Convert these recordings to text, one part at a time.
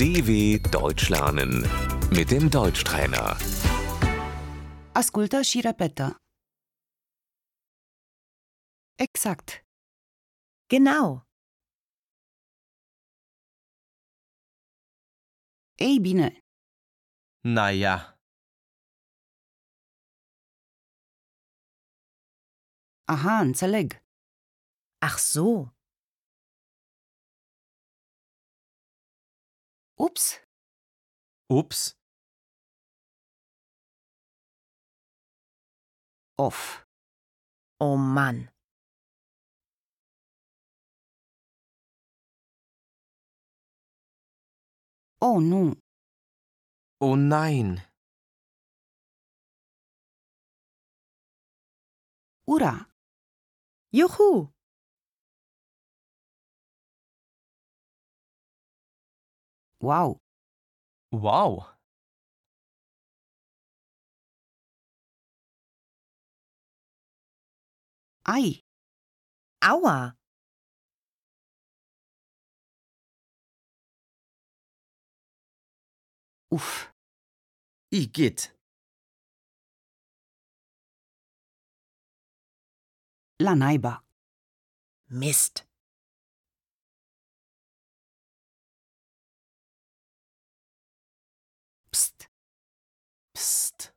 DW Deutsch lernen mit dem Deutschtrainer. Ascultă și repetă. Exact. Genau. Ei bine, Naja, aha, înțeleg. Ach so. Ups, ups, of. Oh Mann. Oh, nu. oh nein, Ura, Juhu. wow. wow, Ai, Aua. uf. igitt, La naiba. Mist. Pst, pst,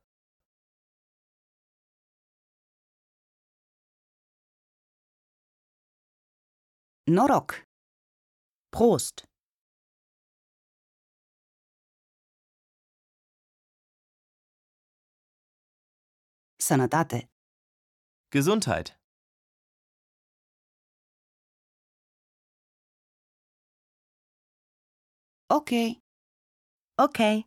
noroc. Prost. Sănătate. Gesundheit, Ok, Okay.